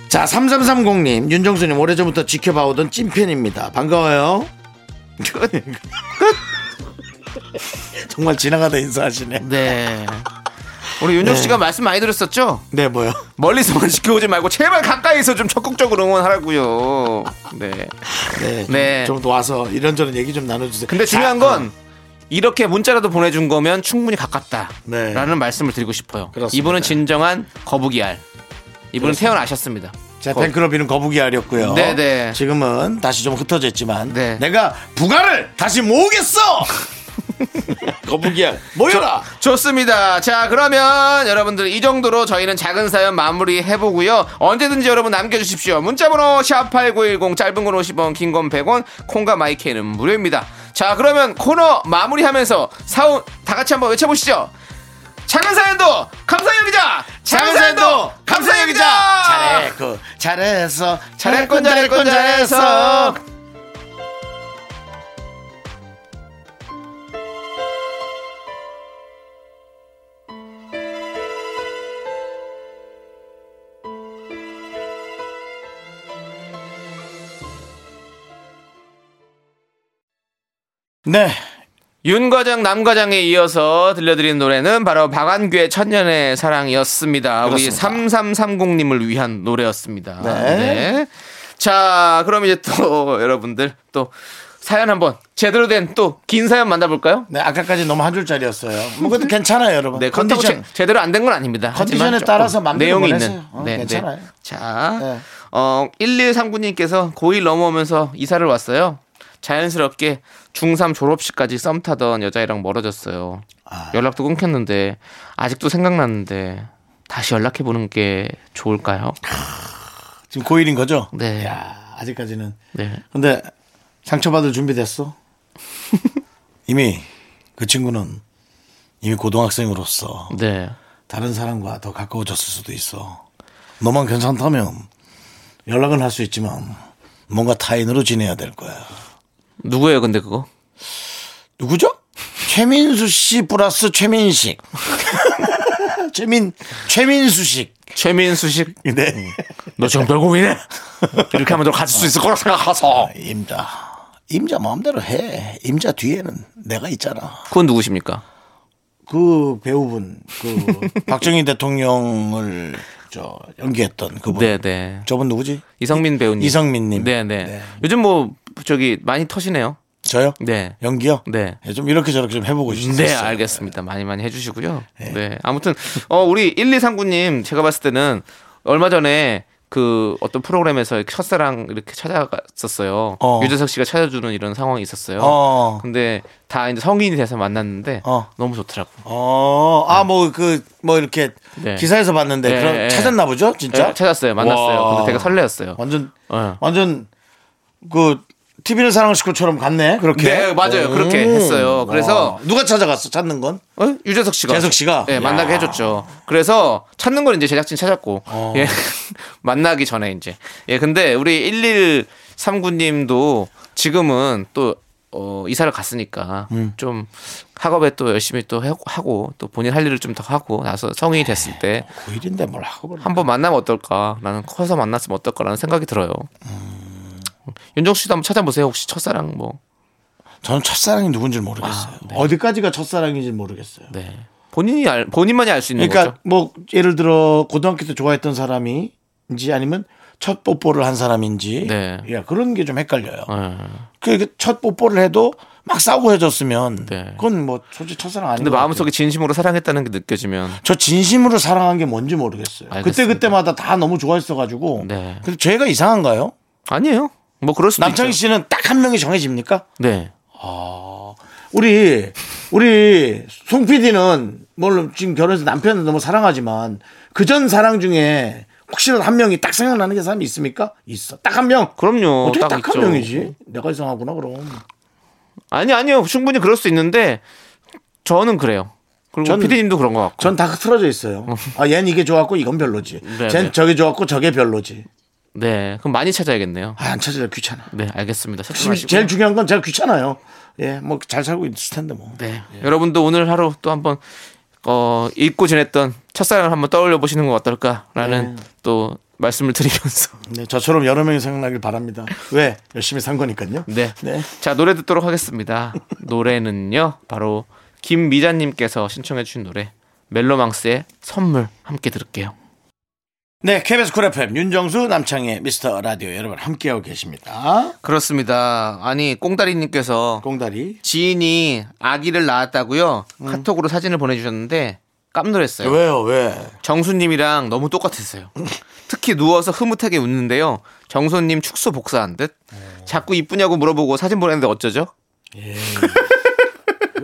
Speaker 1: 자, 3330님, 윤정수님, 오래전부터 지켜봐오던 찐팬입니다. 반가워요. 정말 지나가다 인사하시네.
Speaker 2: 네. 우리 윤정 씨가 말씀 많이 들었었죠?
Speaker 1: 네, 뭐요?
Speaker 2: 네. 멀리서만 지켜오지 말고 제발 가까이서 좀 적극적으로 응원하라고요. 네.
Speaker 1: 네. 좀-
Speaker 2: 네.
Speaker 1: 좀더 와서 이런저런 얘기 좀 나눠주세요.
Speaker 2: 근데 중요한
Speaker 1: 아,
Speaker 2: 건 음. 이렇게 문자라도 보내준 거면 충분히 가깝다라는
Speaker 1: 네.
Speaker 2: 말씀을 드리고 싶어요.
Speaker 1: 그렇습니다.
Speaker 2: 이분은 진정한 거북이 알. 이분은 태어나셨습니다.
Speaker 1: 제 팬클럽이는 거북이 알이었고요.
Speaker 2: 네, 네.
Speaker 1: 지금은 다시 좀 흩어졌지만
Speaker 2: 네.
Speaker 1: 내가 부가를 다시 모으겠어. 거북이 알 모여라.
Speaker 2: 좋습니다. 자, 그러면 여러분들 이 정도로 저희는 작은 사연 마무리 해보고요. 언제든지 여러분 남겨주십시오. 문자번호 샵8910 짧은 건 50원, 긴 건 100원, 콩과 마이크는 무료입니다. 자, 그러면 코너 마무리하면서 사운 다 같이 한번 외쳐보시죠. 작은 사연도 감사히 여기자! 작은 사연도 감사히 여기자!
Speaker 1: 잘해, 그 잘했어.
Speaker 2: 아! 잘했군, 잘했군, 잘했어!
Speaker 1: 네,
Speaker 2: 윤 과장 남 과장에 이어서 들려드린 노래는 바로 박완규의 천년의 사랑이었습니다. 우리
Speaker 1: 그렇습니다.
Speaker 2: 3330님을 위한 노래였습니다.
Speaker 1: 네.
Speaker 2: 자, 그럼 이제 또 여러분들 또 사연 한번 제대로 된 또 긴 사연 만나볼까요?
Speaker 1: 네 아까까지 너무 한 줄짜리였어요. 뭐 그래도 괜찮아요, 여러분.
Speaker 2: 네, 컨디션
Speaker 1: 컨디션
Speaker 2: 제대로 안 된 건 아닙니다.
Speaker 1: 컨디션에
Speaker 2: 하지만 조금
Speaker 1: 따라서 맘대로
Speaker 2: 내용이
Speaker 1: 보내세요.
Speaker 2: 있는. 네,
Speaker 1: 어, 괜찮아요.
Speaker 2: 자,
Speaker 1: 네.
Speaker 2: 어 1139님께서 고1 넘어오면서 이사를 왔어요. 자연스럽게 중3 졸업식까지 썸 타던 여자애랑 멀어졌어요.
Speaker 1: 아.
Speaker 2: 연락도 끊겼는데 아직도 생각나는데 다시 연락해 보는 게 좋을까요?
Speaker 1: 지금 고일인 거죠?
Speaker 2: 네.
Speaker 1: 야, 아직까지는.
Speaker 2: 네.
Speaker 1: 근데 상처받을 준비됐어? 이미 그 친구는 이미 고등학생으로서
Speaker 2: 네.
Speaker 1: 다른 사람과 더 가까워졌을 수도 있어. 너만 괜찮다면 연락은 할 수 있지만 뭔가 타인으로 지내야 될 거야.
Speaker 2: 누구예요, 근데 그거?
Speaker 1: 누구죠? 최민수 씨 플러스 최민식. 최민, 최민수식.
Speaker 2: 최민수식.
Speaker 1: 네.
Speaker 2: 너 지금 별고민해. 이렇게 하면 너 가질 수 있을 거라
Speaker 1: 네.
Speaker 2: 생각하서.
Speaker 1: 임자. 임자 마음대로 해. 임자 뒤에는 내가 있잖아.
Speaker 2: 그건 누구십니까?
Speaker 1: 그 배우분, 그 박정희 대통령을 저 연기했던 그분.
Speaker 2: 네, 네.
Speaker 1: 저분 누구지?
Speaker 2: 이성민 배우님.
Speaker 1: 이성민님.
Speaker 2: 네, 네. 요즘 뭐 저기 많이 터시네요.
Speaker 1: 저요?
Speaker 2: 네.
Speaker 1: 연기요?
Speaker 2: 네.
Speaker 1: 예, 좀 이렇게 저렇게 좀 해보고 싶어요.
Speaker 2: 네, 알겠습니다. 많이 많이 해주시고요. 네. 아무튼, 어, 우리 1239님, 제가 봤을 때는 얼마 전에 그 어떤 프로그램에서 이렇게 첫사랑 이렇게 찾아갔었어요.
Speaker 1: 어.
Speaker 2: 유재석 씨가 찾아주는 이런 상황이 있었어요.
Speaker 1: 어.
Speaker 2: 근데 다 이제 성인이 돼서 만났는데
Speaker 1: 어.
Speaker 2: 너무 좋더라고요.
Speaker 1: 어, 아, 뭐, 그, 뭐, 이렇게
Speaker 2: 네.
Speaker 1: 기사에서 봤는데,
Speaker 2: 네,
Speaker 1: 그럼
Speaker 2: 네.
Speaker 1: 찾았나 보죠? 진짜?
Speaker 2: 네, 찾았어요. 만났어요.
Speaker 1: 와.
Speaker 2: 근데 되게 설레었어요.
Speaker 1: 완전,
Speaker 2: 네.
Speaker 1: 완전, 그, TV를 사랑할 식구처럼 갔네? 그렇게?
Speaker 2: 네, 맞아요.
Speaker 1: 오.
Speaker 2: 그렇게 했어요. 그래서
Speaker 1: 와. 누가 찾아갔어? 찾는 건?
Speaker 2: 어? 유재석 씨가.
Speaker 1: 재석 씨가?
Speaker 2: 네, 만나게 해줬죠. 그래서 찾는 걸 이제 제작진 찾았고,
Speaker 1: 어.
Speaker 2: 예. 만나기 전에 이제. 예, 근데 우리 1139님도 지금은 또, 어, 이사를 갔으니까
Speaker 1: 음.
Speaker 2: 좀 학업에 또 열심히 또 해- 하고 또 본인 할 일을 좀 더 하고 나서 성인이 됐을 때
Speaker 1: 고일인데 뭘 하고 그래.
Speaker 2: 한번 만나면 어떨까? 나는 커서 만났으면 어떨까라는 생각이 들어요.
Speaker 1: 음.
Speaker 2: 윤정 씨도 한번 찾아보세요. 혹시 첫사랑 뭐.
Speaker 1: 저는 첫사랑이 누군지 모르겠어요.
Speaker 2: 아,
Speaker 1: 어디까지가 첫사랑인지 모르겠어요.
Speaker 2: 네. 본인이 알, 본인만이 알 수 있는
Speaker 1: 그러니까
Speaker 2: 거죠.
Speaker 1: 뭐 예를 들어 고등학교 때 좋아했던 사람이인지 아니면 첫 뽀뽀를 한 사람인지
Speaker 2: 네.
Speaker 1: 예, 그런 게 좀 헷갈려요.
Speaker 2: 네.
Speaker 1: 그첫 뽀뽀를 해도 막 싸우고 헤어졌으면
Speaker 2: 네.
Speaker 1: 그건 뭐 솔직히 첫사랑 아닌
Speaker 2: 근데
Speaker 1: 것
Speaker 2: 마음속에
Speaker 1: 같아요.
Speaker 2: 진심으로 사랑했다는 게 느껴지면
Speaker 1: 저 진심으로 사랑한 게 뭔지 모르겠어요. 그때
Speaker 2: 알겠습니다.
Speaker 1: 그때마다 다 너무 좋아했어가지고.
Speaker 2: 네.
Speaker 1: 근데 죄가 이상한가요?
Speaker 2: 아니에요. 뭐 그럴 수도
Speaker 1: 남창희
Speaker 2: 있죠.
Speaker 1: 씨는 딱 한 명이 정해집니까?
Speaker 2: 네.
Speaker 1: 우리 우리 송 PD는 물론 지금 결혼해서 남편을 너무 사랑하지만 그 전 사랑 중에 혹시라도 한 명이 딱 생각나는 게 사람이 있습니까? 있어. 딱 한 명.
Speaker 2: 그럼요.
Speaker 1: 어떻게
Speaker 2: 딱
Speaker 1: 딱 한
Speaker 2: 있죠.
Speaker 1: 명이지? 내가 이상하구나 그럼.
Speaker 2: 아니 아니요. 충분히 그럴 수 있는데 저는 그래요. 그리고
Speaker 1: 전-
Speaker 2: 피디님도 그런 것 같고.
Speaker 1: 전 다 틀어져 있어요. 아, 얜 이게 좋았고 이건 별로지.
Speaker 2: 네,
Speaker 1: 쟨
Speaker 2: 네.
Speaker 1: 저게 좋았고 저게 별로지.
Speaker 2: 네. 그럼 많이 찾아야겠네요.
Speaker 1: 아, 안 찾아요. 귀찮아.
Speaker 2: 네, 알겠습니다.
Speaker 1: 지-
Speaker 2: 찾지
Speaker 1: 제일
Speaker 2: 마시고요.
Speaker 1: 중요한 건 제가 귀찮아요. 예, 뭐 잘 살고 있을 텐데 뭐.
Speaker 2: 네. 여러분도 오늘 하루 또 한번 어, 잊고 지냈던 첫사랑을 한번 떠올려 보시는 건 어떨까라는 또 말씀을 드리면서
Speaker 1: 네, 저처럼 여러 명이 생각나길 바랍니다. 왜? 열심히 산 거니까요.
Speaker 2: 네.
Speaker 1: 네.
Speaker 2: 자, 노래 듣도록 하겠습니다. 노래는요. 바로 김미자 님께서 신청해 주신 노래 멜로망스의 선물 함께 들을게요.
Speaker 1: 네, KBS 쿨 FM 윤정수 남창의 미스터 라디오 여러분 함께하고 계십니다.
Speaker 2: 그렇습니다. 아니, 꽁다리 님께서
Speaker 1: 꽁다리.
Speaker 2: 지인이 아기를 낳았다고요. 카톡으로 사진을 보내 주셨는데 깜놀했어요.
Speaker 1: 왜요, 왜?
Speaker 2: 정수님이랑 너무 똑같았어요. 특히 누워서 흐뭇하게 웃는데요. 정수님 축소 복사한 듯. 자꾸 이쁘냐고 물어보고 사진 보냈는데 어쩌죠?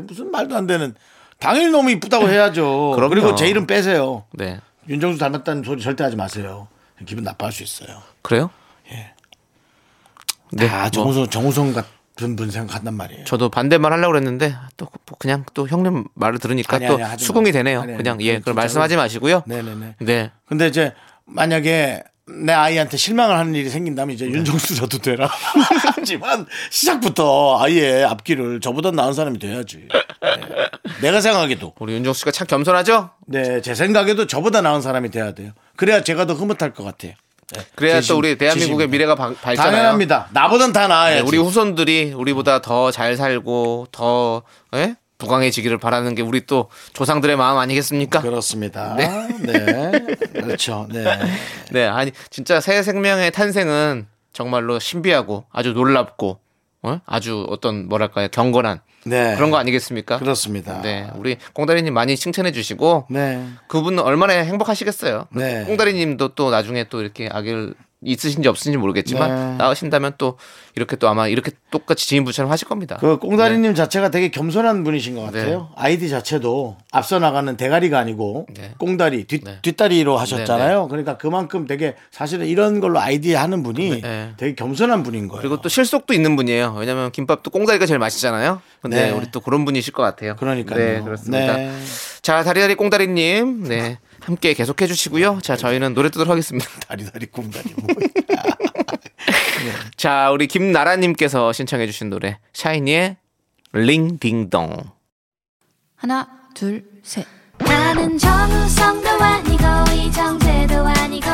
Speaker 1: 무슨 말도 안 되는. 당연히 너무 이쁘다고 해야죠.
Speaker 2: 그럼요.
Speaker 1: 그리고 제 이름 빼세요.
Speaker 2: 네.
Speaker 1: 윤정수 닮았다는 소리 절대 하지 마세요. 기분 나빠할 수 있어요.
Speaker 2: 그래요? 예. 네.
Speaker 1: 아,
Speaker 2: 뭐.
Speaker 1: 정우성, 정우성 같은 분 생각한단 말이에요.
Speaker 2: 저도 반대말 하려고 그랬는데 또 그냥 또 형님 말을 들으니까
Speaker 1: 아니,
Speaker 2: 또
Speaker 1: 아니, 하지
Speaker 2: 수긍이
Speaker 1: 마세요.
Speaker 2: 되네요.
Speaker 1: 아니, 아니,
Speaker 2: 그냥
Speaker 1: 아니,
Speaker 2: 예,
Speaker 1: 아니,
Speaker 2: 그럼
Speaker 1: 진짜로.
Speaker 2: 말씀하지 마시고요.
Speaker 1: 네네네.
Speaker 2: 네.
Speaker 1: 근데 이제 만약에 내 아이한테 실망을 하는 일이 생긴다면 이제 윤정수 저도 되라. 하지만 시작부터 아이의 앞길을 저보다 나은 사람이 돼야지. 네. 내가 생각하기도.
Speaker 2: 우리 윤정 씨가 참 겸손하죠?
Speaker 1: 네, 제 생각에도 저보다 나은 사람이 돼야 돼요. 그래야 제가 더 흐뭇할 것 같아요. 네,
Speaker 2: 그래야
Speaker 1: 진심,
Speaker 2: 또 우리 대한민국의
Speaker 1: 진심입니다.
Speaker 2: 미래가 바- 밝잖아요.
Speaker 1: 당연합니다. 나보단 다
Speaker 2: 네,
Speaker 1: 나아야지.
Speaker 2: 우리 후손들이 우리보다 더 잘 살고 더 예? 부강해지기를 바라는 게 우리 또 조상들의 마음 아니겠습니까?
Speaker 1: 그렇습니다.
Speaker 2: 네.
Speaker 1: 네. 그렇죠. 네.
Speaker 2: 네, 아니 진짜 새 생명의 탄생은 정말로 신비하고 아주 놀랍고 어? 아주 어떤 뭐랄까요 경건한
Speaker 1: 네.
Speaker 2: 그런 거 아니겠습니까?
Speaker 1: 그렇습니다.
Speaker 2: 네, 우리 꽁다리님 많이 칭찬해 주시고
Speaker 1: 네.
Speaker 2: 그분 얼마나 행복하시겠어요.
Speaker 1: 네.
Speaker 2: 꽁다리님도 또 나중에 또 이렇게 아기를 있으신지 없으신지 모르겠지만
Speaker 1: 네.
Speaker 2: 나으신다면 또 이렇게 또 아마 이렇게 똑같이 지인부처럼 하실 겁니다.
Speaker 1: 그 꽁다리님
Speaker 2: 네.
Speaker 1: 자체가 되게 겸손한 분이신 것 같아요. 아이디 자체도 앞서 나가는 대가리가 아니고
Speaker 2: 네.
Speaker 1: 꽁다리 뒷,
Speaker 2: 네.
Speaker 1: 뒷다리로 하셨잖아요. 그러니까 그만큼 되게 사실은 이런 걸로 아이디 하는 분이
Speaker 2: 네.
Speaker 1: 되게 겸손한 분인 거예요.
Speaker 2: 그리고 또 실속도 있는 분이에요. 왜냐면 김밥도 꽁다리가 제일 맛있잖아요. 근데
Speaker 1: 네.
Speaker 2: 우리 또 그런 분이실 것 같아요.
Speaker 1: 그러니까요.
Speaker 2: 네, 그렇습니다.
Speaker 1: 네.
Speaker 2: 자, 다리다리 꽁다리님, 네. 함께 계속해 주시고요. 자, 저희는 노래 뜨도록 하겠습니다.
Speaker 1: 다리다리 꽁다리 뭐야.
Speaker 2: 자, 우리 김나라님께서 신청해주신 노래 샤이니의 링딩동.
Speaker 9: 하나, 둘, 셋.
Speaker 6: 나는 정우성도 아니고 이정재도 아니고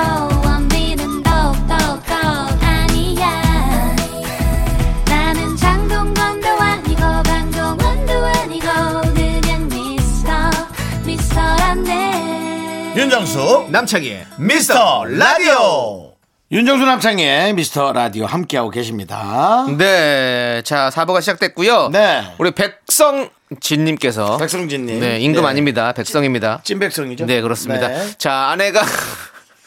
Speaker 6: 원빈은 더욱더 아니야 나는 장동건도 아니고 강동원도 아니고 그냥 미스터 미스터란데
Speaker 8: 윤정수 남창희의 미스터 라디오
Speaker 1: 윤정수 남창의 미스터 라디오 함께하고 계십니다.
Speaker 2: 네, 자, 4부가 시작됐고요.
Speaker 1: 네.
Speaker 2: 우리 백성진님께서.
Speaker 1: 백성진님.
Speaker 2: 네, 임금
Speaker 1: 네.
Speaker 2: 아닙니다. 백성입니다.
Speaker 1: 찐백성이죠?
Speaker 2: 네, 그렇습니다.
Speaker 1: 네.
Speaker 2: 자, 아내가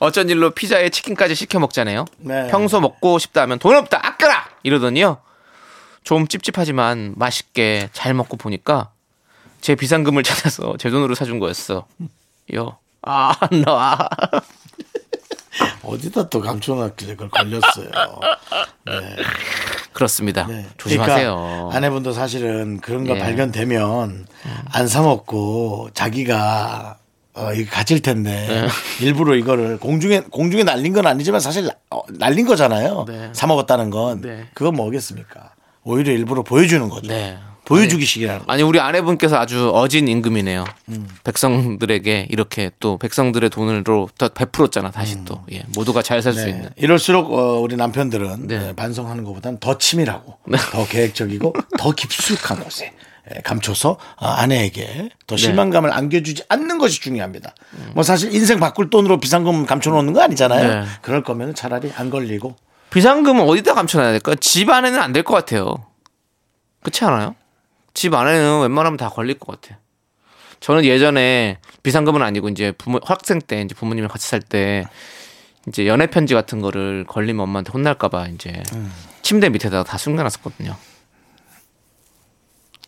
Speaker 2: 어쩐 일로 피자에 치킨까지 시켜 먹잖아요.
Speaker 1: 네.
Speaker 2: 평소 먹고 싶다 하면 돈 없다, 아까라! 이러더니요. 좀 찝찝하지만 맛있게 잘 먹고 보니까 제 비상금을 찾아서 제 돈으로 사준 거였어. 요. 아, 나.
Speaker 1: 어디다 또 감춰놨길래 그걸 걸렸어요.
Speaker 2: 그렇습니다.
Speaker 1: 네.
Speaker 2: 조심하세요.
Speaker 1: 그러니까 아내분도 사실은 그런 거
Speaker 2: 예.
Speaker 1: 발견되면 안 사먹고 자기가 어, 이거 가질 텐데
Speaker 2: 네.
Speaker 1: 일부러 이거를 공중에 공중에 날린 건 아니지만 사실 나- 어, 날린 거잖아요.
Speaker 2: 네.
Speaker 1: 사 먹었다는 건
Speaker 2: 네.
Speaker 1: 그건 뭐겠습니까? 오히려 일부러 보여주는 거죠.
Speaker 2: 네.
Speaker 1: 보여주기식이라는 거.
Speaker 2: 아니 우리 아내분께서 아주 어진 임금이네요. 백성들에게 이렇게 또 백성들의 돈으로 더 베풀었잖아 다시 또 예, 모두가 잘 살 수
Speaker 1: 네.
Speaker 2: 있는.
Speaker 1: 이럴수록 어, 우리 남편들은
Speaker 2: 네.
Speaker 1: 네, 반성하는 것보다는 더 치밀하고 더 계획적이고 더 깊숙한 곳에 예, 감춰서 어, 아내에게 더
Speaker 2: 네.
Speaker 1: 실망감을 안겨주지 않는 것이 중요합니다. 뭐 사실 인생 바꿀 돈으로 비상금 감춰놓는 거 아니잖아요.
Speaker 2: 네.
Speaker 1: 그럴 거면 차라리 안 걸리고
Speaker 2: 비상금은 어디다 감춰놔야 될까? 집 안에는 안 될 것 같아요. 그렇지 않아요? 집 안에는 웬만하면 다 걸릴 것 같아요. 저는 예전에 비상금은 아니고 이제 부모 학생 때 이제 부모님이랑 같이 살 때 이제 연애 편지 같은 거를 걸리면 엄마한테 혼날까봐 이제 침대 밑에다가 다 숨겨놨었거든요.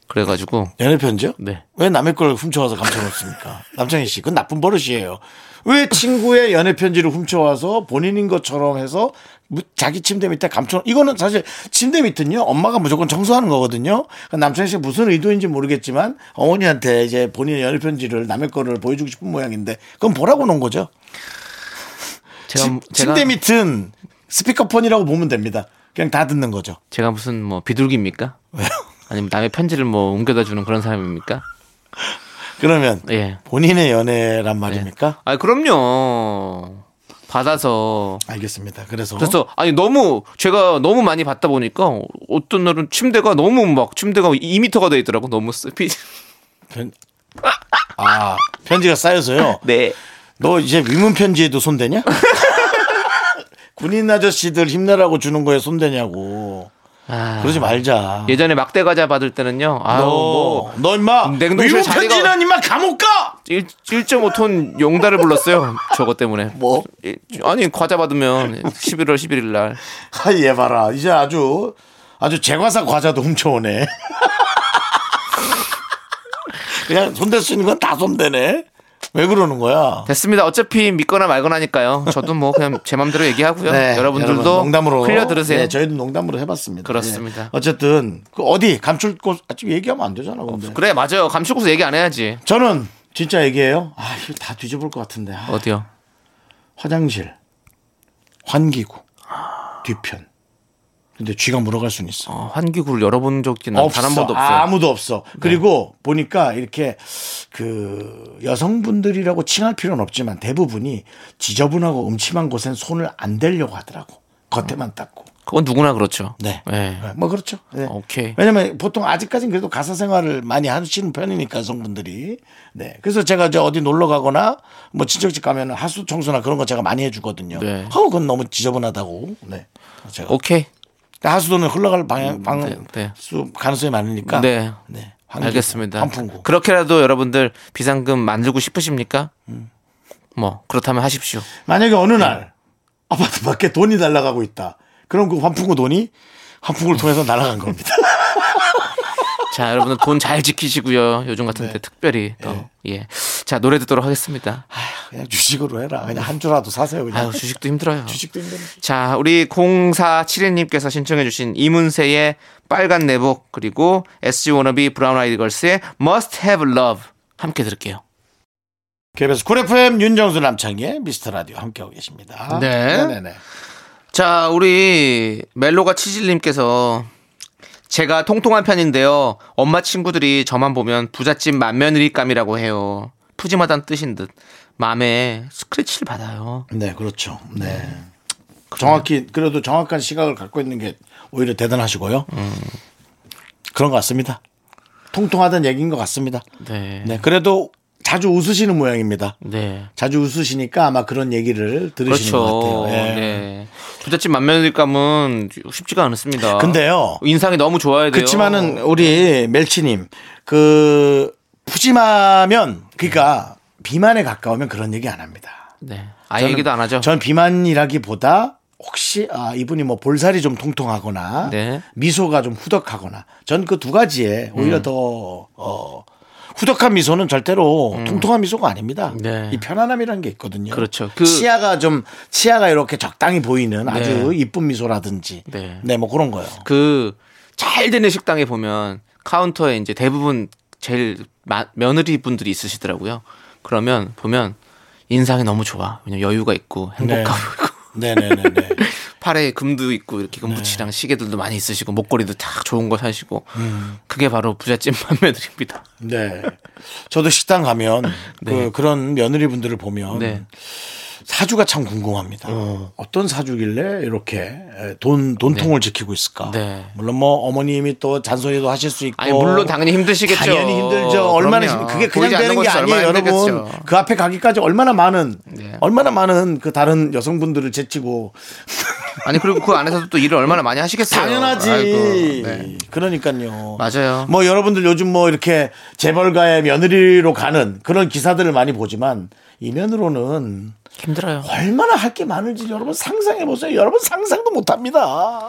Speaker 2: 그래가지고
Speaker 1: 연애 편지요?
Speaker 2: 네.
Speaker 1: 왜 남의 걸 훔쳐와서 감춰놓습니까? 남창희 씨, 그건 나쁜 버릇이에요. 왜 친구의 연애 편지를 훔쳐와서 본인인 것처럼 해서 무- 자기 침대 밑에 감춰. 이거는 사실 침대 밑은요 엄마가 무조건 청소하는 거거든요. 그러니까 남창희 씨 무슨 의도인지 모르겠지만 어머니한테 이제 본인의 연애 편지를 남의 거를 보여주고 싶은 모양인데 그건 보라고 놓은 거죠.
Speaker 2: 제가
Speaker 1: 침-
Speaker 2: 제가-
Speaker 1: 침대 밑은 스피커폰이라고 보면 됩니다. 그냥 다 듣는 거죠.
Speaker 2: 제가 무슨 뭐 비둘기입니까?
Speaker 1: 왜요?
Speaker 2: 아니면 남의 편지를 뭐 옮겨다 주는 그런 사람입니까?
Speaker 1: 그러면
Speaker 2: 예.
Speaker 1: 본인의 연애란 말입니까?
Speaker 2: 아 그럼요. 받아서
Speaker 1: 알겠습니다. 그래서
Speaker 2: 그래서 아니 너무 제가 너무 많이 받다 보니까 어떤 날은 침대가 너무 막 침대가 2미터가 돼 있더라고 너무 습이
Speaker 1: 편... 아 편지가 쌓여서요.
Speaker 2: 네.
Speaker 1: 너 이제 위문 편지에도 손대냐? 군인 아저씨들 힘내라고 주는 거에 손대냐고.
Speaker 2: 아,
Speaker 1: 그러지 말자.
Speaker 2: 예전에 막대 과자 받을 때는요. 아유 뭐
Speaker 1: 너너 임마
Speaker 2: 냉동실
Speaker 1: 위문
Speaker 2: 자리가-
Speaker 1: 편지는 임마 감옥 가.
Speaker 2: 1.5톤 용달을 불렀어요. 저것 때문에.
Speaker 1: 뭐?
Speaker 2: 일- 아니 과자 받으면 11월 11일 날
Speaker 1: 아얘 봐라 이제 아주 아주 제과사 과자도 훔쳐오네. 그냥 손댈 수 있는 건 다 손대네. 왜 그러는 거야?
Speaker 2: 됐습니다. 어차피 믿거나 말거나 하니까요. 저도 뭐 그냥 제 맘대로 얘기하고요. 여러분들도
Speaker 1: 네, 여러분, 농담으로
Speaker 2: 흘려 들으세요.
Speaker 1: 네, 저희도 농담으로 해봤습니다.
Speaker 2: 그렇습니다.
Speaker 1: 예. 어쨌든 그 어디 감출 곳 아, 지금 얘기하면 안 되잖아. 근데.
Speaker 2: 어, 그래 맞아요. 감추고서 얘기 안 해야지.
Speaker 1: 저는 진짜 얘기해요. 아 이거 다 뒤집을 것 같은데. 아,
Speaker 2: 어디요?
Speaker 1: 화장실, 환기구, 뒤편. 근데 쥐가 물어갈 수는 있어.
Speaker 2: 어, 환기구를 열어본 적이 난 단 한 번도 없어요. 네.
Speaker 1: 아무도 없어. 그리고 보니까 이렇게 그 여성분들이라고 칭할 필요는 없지만 대부분이 지저분하고 음침한 곳엔 손을 안 대려고 하더라고.
Speaker 2: 음.
Speaker 1: 겉에만 닦고.
Speaker 2: 그건 누구나 그렇죠.
Speaker 1: 네.
Speaker 2: 예.
Speaker 1: 네, 뭐 그렇죠. 네.
Speaker 2: 오케이.
Speaker 1: 왜냐면 보통 아직까지는 그래도 가사 생활을 많이 하시는 편이니까 성분들이. 네. 그래서 제가 이제 어디 놀러 가거나 뭐 친척집 가면 하수 청소나 그런 거 제가 많이 해주거든요.
Speaker 2: 네.
Speaker 1: 하고 그건 너무 지저분하다고. 네. 제가
Speaker 2: 오케이.
Speaker 1: 하수도는 흘러갈 방향 방수
Speaker 2: 네,
Speaker 1: 가능성이 많으니까.
Speaker 2: 네.
Speaker 1: 네. 환기구,
Speaker 2: 알겠습니다.
Speaker 1: 환풍구.
Speaker 2: 그렇게라도 여러분들 비상금 만들고 싶으십니까?
Speaker 1: 음.
Speaker 2: 뭐 그렇다면 하십시오.
Speaker 1: 만약에 어느
Speaker 2: 네.
Speaker 1: 날 아파트 밖에 돈이 날아가고 있다. 그럼 그 환풍구 돈이 환풍구를 통해서 날아간 겁니다.
Speaker 2: 자, 여러분들 돈 잘 지키시고요. 요즘
Speaker 1: 네.
Speaker 2: 같은데 특별히 또 예. 자, 노래 듣도록 하겠습니다.
Speaker 1: 그냥 주식으로 해라. 그냥 한 주라도 사세요. 그냥.
Speaker 2: 아유, 주식도 힘들어요.
Speaker 1: 주식도 힘들어.
Speaker 2: 자, 우리 0471님께서 신청해주신 이문세의 빨간 내복 그리고 SG 워너비 브라운 아이드 걸스의 Must Have Love 함께 들을게요.
Speaker 1: KBS 쿨 FM 윤정수 남창희의 미스터 라디오 함께하고 계십니다.
Speaker 2: 네.
Speaker 1: 네네네.
Speaker 2: 자, 우리 멜로가 치질님께서 제가 통통한 편인데요. 엄마 친구들이 저만 보면 부잣집 맏며느리감이라고 해요. 푸짐하다는 뜻인 듯 마음에 스크래치를 받아요.
Speaker 1: 네, 그렇죠. 네. 정확히 그래도 정확한 시각을 갖고 있는 게 오히려 대단하시고요. 그런 것 같습니다. 통통하던 얘기인 것 같습니다.
Speaker 2: 네.
Speaker 1: 네, 그래도 자주 웃으시는 모양입니다.
Speaker 2: 네.
Speaker 1: 자주 웃으시니까 아마 그런 얘기를 들으시는 것
Speaker 2: 그렇죠.
Speaker 1: 같아요.
Speaker 2: 네.
Speaker 1: 예.
Speaker 2: 부잣집 맏며느리감은 쉽지가 않습니다.
Speaker 1: 근데요.
Speaker 2: 어. 인상이 너무 좋아야 돼요.
Speaker 1: 그렇지만은 우리 멜치님 그 푸짐하면 그러니까 비만에 가까우면 그런 얘기 안 합니다.
Speaker 2: 네. 아예 얘기도 안 하죠.
Speaker 1: 전 비만이라기보다 혹시 아 이분이 뭐 볼살이 좀 통통하거나
Speaker 2: 네.
Speaker 1: 미소가 좀 후덕하거나 전 그 두 가지에 오히려
Speaker 2: 음.
Speaker 1: 더 어, 후덕한 미소는 절대로 통통한 미소가 아닙니다.
Speaker 2: 음. 네.
Speaker 1: 이 편안함이라는 게 있거든요.
Speaker 2: 그렇죠. 그-
Speaker 1: 치아가 좀 치아가 이렇게 적당히 보이는 아주 이쁜 미소라든지
Speaker 2: 네.
Speaker 1: 네 뭐 그런 거요.
Speaker 2: 그 잘 되는 식당에 보면 카운터에 이제 대부분 제일 마- 며느리 분들이 있으시더라고요. 그러면 보면 인상이 너무 좋아. 왜냐 여유가 있고 행복하고 있고
Speaker 1: 네네네네. 네.
Speaker 2: 팔에 금도 있고 이렇게 금붙이랑 시계들도 많이 있으시고 목걸이도 다 좋은 거 사시고
Speaker 1: 음.
Speaker 2: 그게 바로 부잣집 맘매들입니다.
Speaker 1: 네. 저도 식당 가면
Speaker 2: 네.
Speaker 1: 그, 런 며느리분들을 보면
Speaker 2: 네.
Speaker 1: 사주가 참 궁금합니다. 어. 떤 사주길래 이렇게 돈 돈통을 지키고 있을까?
Speaker 2: 네.
Speaker 1: 물론 뭐 어머님이 또 잔소리도 하실 수 있고.
Speaker 2: 아니 물론 당연히 힘드시겠죠.
Speaker 1: 당연히 힘들죠. 얼마나
Speaker 2: 그럼요.
Speaker 1: 힘- 그게 그냥
Speaker 2: 보이지 않는
Speaker 1: 되는 게
Speaker 2: 곳에서
Speaker 1: 아니에요,
Speaker 2: 얼마나
Speaker 1: 여러분.
Speaker 2: 힘들겠죠.
Speaker 1: 그 앞에 가기까지 얼마나 많은
Speaker 2: 네.
Speaker 1: 얼마나 많은 그 다른 여성분들을 제치고
Speaker 2: 아니 그리고 그 안에서도 또 일을 얼마나 많이 하시겠어요.
Speaker 1: 당연하지.
Speaker 2: 아이고, 네.
Speaker 1: 그러니까요.
Speaker 2: 맞아요.
Speaker 1: 뭐 여러분들 요즘 뭐 이렇게 재벌가의 며느리로 가는 그런 기사들을 많이 보지만 이면으로는
Speaker 2: 힘들어요.
Speaker 1: 얼마나 할 게 많은지 여러분 상상해 보세요. 여러분 상상도 못 합니다.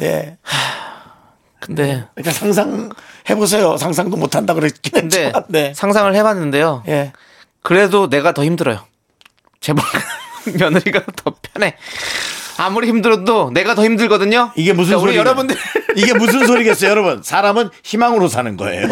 Speaker 1: 예.
Speaker 2: 근데
Speaker 1: 그러니까 상상해 보세요. 상상도 못 한다 그랬긴
Speaker 2: 근데
Speaker 1: 했지만. 네.
Speaker 2: 상상을 해봤는데요.
Speaker 1: 예.
Speaker 2: 그래도 내가 더 힘들어요. 제발 며느리가 더 편해. 아무리 힘들어도 내가 더 힘들거든요.
Speaker 1: 이게 무슨
Speaker 2: 그러니까 우리
Speaker 1: 소리?
Speaker 2: 여러분들
Speaker 1: 이게 무슨 소리겠어요, 여러분? 사람은 희망으로 사는 거예요.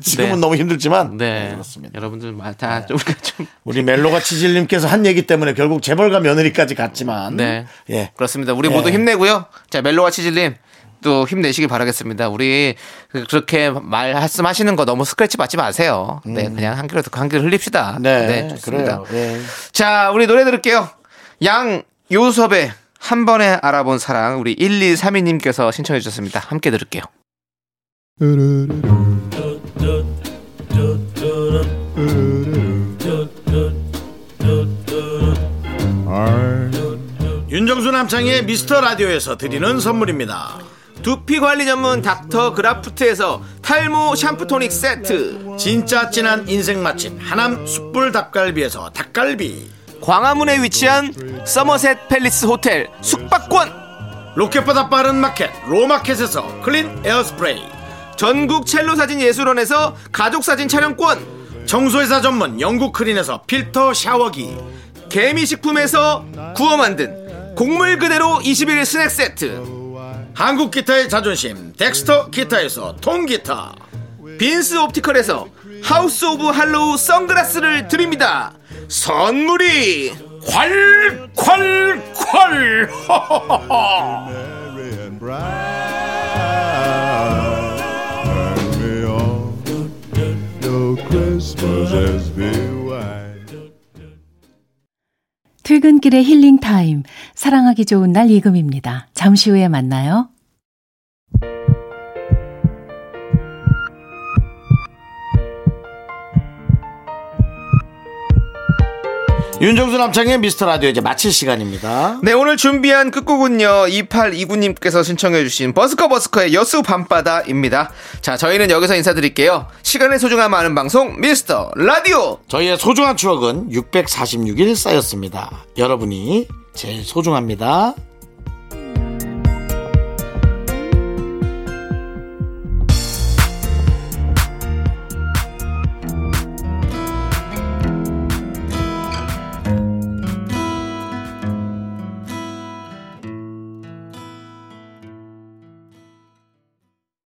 Speaker 1: 지금은
Speaker 2: 네.
Speaker 1: 너무 힘들지만
Speaker 2: 네
Speaker 1: 그렇습니다. 네. 음?
Speaker 2: 여러분들 다좀 우리가 좀
Speaker 1: 우리 멜로가 치질님께서 한 얘기 때문에 결국 재벌가 며느리까지 갔지만
Speaker 2: 네.
Speaker 1: 예.
Speaker 2: 그렇습니다. 우리
Speaker 1: 예.
Speaker 2: 모두 힘내고요. 자, 멜로와 치질님 또 힘내시길 바라겠습니다. 우리 그- 그렇게 말씀하시는 거 너무 스크래치 받지 마세요. 네,
Speaker 1: 음.
Speaker 2: 그냥 한 귀로 듣고 한 귀로 흘립시다.
Speaker 1: 네,
Speaker 2: 좋습니다.
Speaker 1: 그래요. 예.
Speaker 2: 자, 우리 노래 들을게요. 양 요섭의 한 번에 알아본 사랑 우리 1232님께서 신청해 주셨습니다. 함께 들을게요.
Speaker 1: 윤정수 남창의 미스터 라디오에서 드리는 선물입니다.
Speaker 2: 두피 관리 전문 닥터 그라프트에서 탈모 샴푸 토닉 세트.
Speaker 1: 진짜 진한 인생 맛집 하남 숯불 닭갈비에서 닭갈비
Speaker 2: 광화문에 위치한 서머셋 팰리스 호텔 숙박권
Speaker 1: 로켓보다 빠른 마켓 로마켓에서 클린 에어스프레이
Speaker 2: 전국 첼로 사진 예술원에서 가족 사진 촬영권,
Speaker 1: 청소회사 전문 영국 크린에서 필터 샤워기
Speaker 2: 개미 식품에서 구워 만든 곡물 그대로 21 스낵 세트,
Speaker 1: 한국 기타의 자존심 덱스터 기타에서 통기타
Speaker 2: 빈스 옵티컬에서 하우스 오브 할로우 선글라스를 드립니다. 선물이
Speaker 1: 콸콸콸
Speaker 9: 퇴근길의 힐링 타임. 사랑하기 좋은 날 이금입니다. 잠시 후에 만나요.
Speaker 1: 윤정수 남창의 미스터 라디오 이제 마칠 시간입니다.
Speaker 2: 네, 오늘 준비한 끝곡은요. 2829님께서 신청해주신 버스커 버스커의 여수 밤바다입니다. 자, 저희는 여기서 인사드릴게요. 시간의 소중함 아는 방송, 미스터 라디오!
Speaker 1: 저희의 소중한 추억은 646일 쌓였습니다. 여러분이 제일 소중합니다.